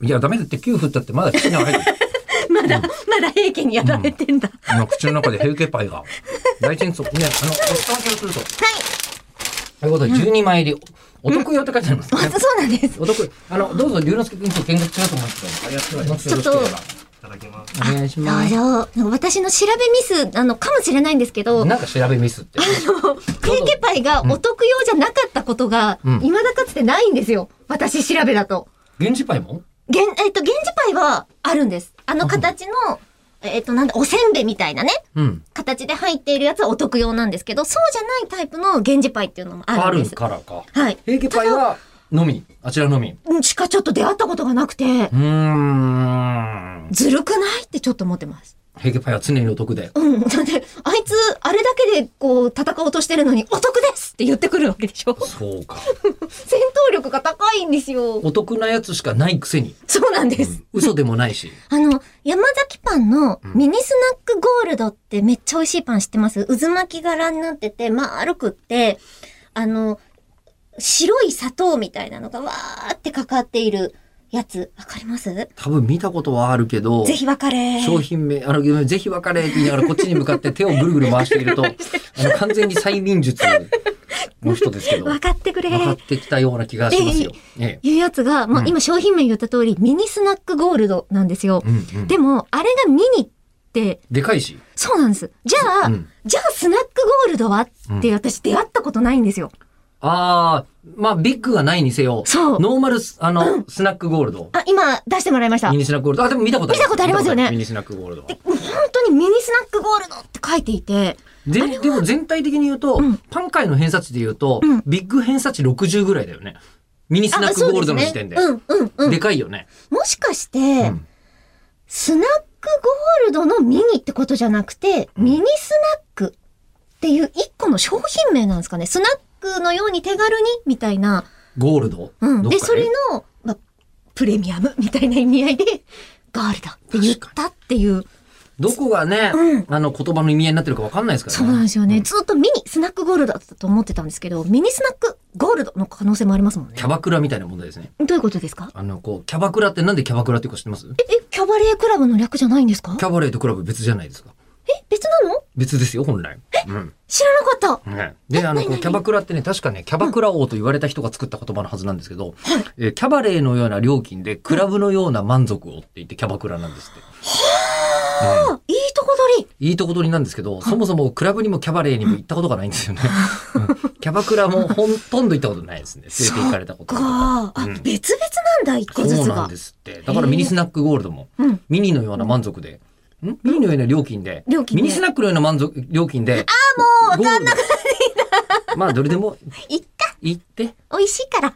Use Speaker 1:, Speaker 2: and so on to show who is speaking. Speaker 1: いや、ダメだって、給付ったってまだ口には入る。
Speaker 2: まだ、まだ平家にやられてんだ。
Speaker 1: あの、口の中でヘルケパイが。大転送。ね、あの、蓋を開けをすると。ということで、12枚入り、お得用って書いてありますね。
Speaker 2: そうなんです。
Speaker 1: お得、あの、どうぞ、龍之介君と見学しようと思います
Speaker 3: ありがとうございます。
Speaker 1: けど。
Speaker 2: ちょっと
Speaker 1: よろしければ
Speaker 3: いただきます。
Speaker 1: お願いし
Speaker 2: ど
Speaker 1: ま
Speaker 2: う
Speaker 1: す。
Speaker 2: ぞなんか私の調べミス、あの、かもしれないんですけど、
Speaker 1: なんか調べミスって。
Speaker 2: ヘーケパイがお得用じゃなかったことが、
Speaker 1: うん
Speaker 2: 未だかつてないんですよ。私調べだと。
Speaker 1: 源氏パイも
Speaker 2: げん、えっと、源氏パイはあるんです。あの形の、えっと、なんだ、おせんべいみたいなね、
Speaker 1: うん。
Speaker 2: 形で入っているやつはお得用なんですけど、そうじゃないタイプの源氏パイっていうのもあ
Speaker 1: あ
Speaker 2: るんで
Speaker 1: る
Speaker 2: す。
Speaker 1: からか。
Speaker 2: はい。
Speaker 1: ヘルケパイは、のみ。あちらのみ。
Speaker 2: うんしかちょっと出会ったことがなくて
Speaker 1: う、ーん。
Speaker 2: ずるくないってちょっと思ってます。
Speaker 1: ヘルケパイは常にお得で。
Speaker 2: うん。だって、あいつ、あれだけで、こう、戦おうとしてるのに、お得ですって言ってくるわけでしょ
Speaker 1: そうか。
Speaker 2: 戦闘力が高いんですよ。
Speaker 1: お得なやつしかないくせに。
Speaker 2: そうなんです。
Speaker 1: 嘘でもないし。
Speaker 2: あの、山崎パンのミニスナックゴールドってめっちゃ美味しいパン知ってます渦巻き柄になってて、丸くって、あの、白い砂糖みたいなのがわーってかかっているやつ。わかりますぜ
Speaker 1: 多分見たことはあるけど。
Speaker 2: ひわかれ。
Speaker 1: 商品名、あの、ぜひ分かれって言いながらこっちに向かって手をぐるぐる回してい ると、あの、完全に催眠術の人ですけ ど、
Speaker 2: わ
Speaker 1: 分
Speaker 2: かってくれ。
Speaker 1: かってきたような気がしますよ。ええ。
Speaker 2: いうやつが、もう今商品名言った通り、ミニスナックゴールドなんですよ。
Speaker 1: うんうん。
Speaker 2: でも、あれがミニって、
Speaker 1: でかいし。
Speaker 2: そうなんです。じゃあ、
Speaker 1: うん
Speaker 2: じゃあスナックゴールドはって私出会ったことないんですよ。
Speaker 1: ああ、まあ、ビッグがないにせよ、
Speaker 2: そう
Speaker 1: ノーマルス、あ の、スナックゴールド。
Speaker 2: あ、今出してもらいました。
Speaker 1: ミニスナックゴールド。あ、でも見たことある。
Speaker 2: 見たことありますよね
Speaker 1: 見たこミニスナックゴールド。
Speaker 2: 本当にミニスナックゴールドって書いていて、
Speaker 1: で、でも全体的に言うと、パン界の偏差値で言うと、
Speaker 2: うん
Speaker 1: ビッグ偏差値60ぐらいだよね。ミニスナックゴールドの時点で。
Speaker 2: あそうすねうんうんうん。
Speaker 1: でかいよね。
Speaker 2: もしかして、
Speaker 1: ん
Speaker 2: スナックゴールドのミニってことじゃなくて、ミニスナックっていう一個の商品名なんですかね。スナックのように手軽にみたいな。
Speaker 1: ゴールド。
Speaker 2: うん。
Speaker 1: どっか
Speaker 2: で、それの、まあ、プレミアムみたいな意味合いで、ゴールドって言ったっていう。
Speaker 1: どこがね、
Speaker 2: うん
Speaker 1: あの言葉の意味合いになってるかわかんないですからね。
Speaker 2: そうなんですよね。ずっとミニスナックゴールドだったと思ってたんですけど、ミニスナックゴールドの可能性もありますもんね
Speaker 1: キ。ャバクラみたいな問題ですね。
Speaker 2: どういうことですか
Speaker 1: あの、こう、キャバクラってなんでキャバクラっていうか知ってます
Speaker 2: え、え、キャバレークラブの略じゃないんですか
Speaker 1: キャバレーとクラブ別じゃないですか。
Speaker 2: え、別なの
Speaker 1: 別ですよ、本来。うん。
Speaker 2: 知らなかっ
Speaker 1: ね、で、あの、こうキャバクラってね、確かね、キャバクラ王と言われた人が作った言葉のはずなんですけど、えーキャバレーのような料金で、クラブのような満足をって言ってキャバクラなんですって。
Speaker 2: た。あ、いいとこ取り。
Speaker 1: いいとこ取りなんですけど、そもそもクラブにもキャバレーにも行ったことがないんですよね。うんキャバクラもほんとんど行ったことないですね。連れて行かれたこととか。
Speaker 2: か。あ、
Speaker 1: うん
Speaker 2: 別々なんだ、一個ず
Speaker 1: そう
Speaker 2: つ
Speaker 1: な
Speaker 2: が
Speaker 1: んで。すって。だからミニスナックゴールドも、
Speaker 2: うん
Speaker 1: ミニのような満足で、んミニのような料金で、
Speaker 2: 料金で
Speaker 1: ミニスナックのような満足、料金で。ああ、もうわかんなくなまあ、どれでも
Speaker 2: いっか。
Speaker 1: 行って、
Speaker 2: 美味しいから。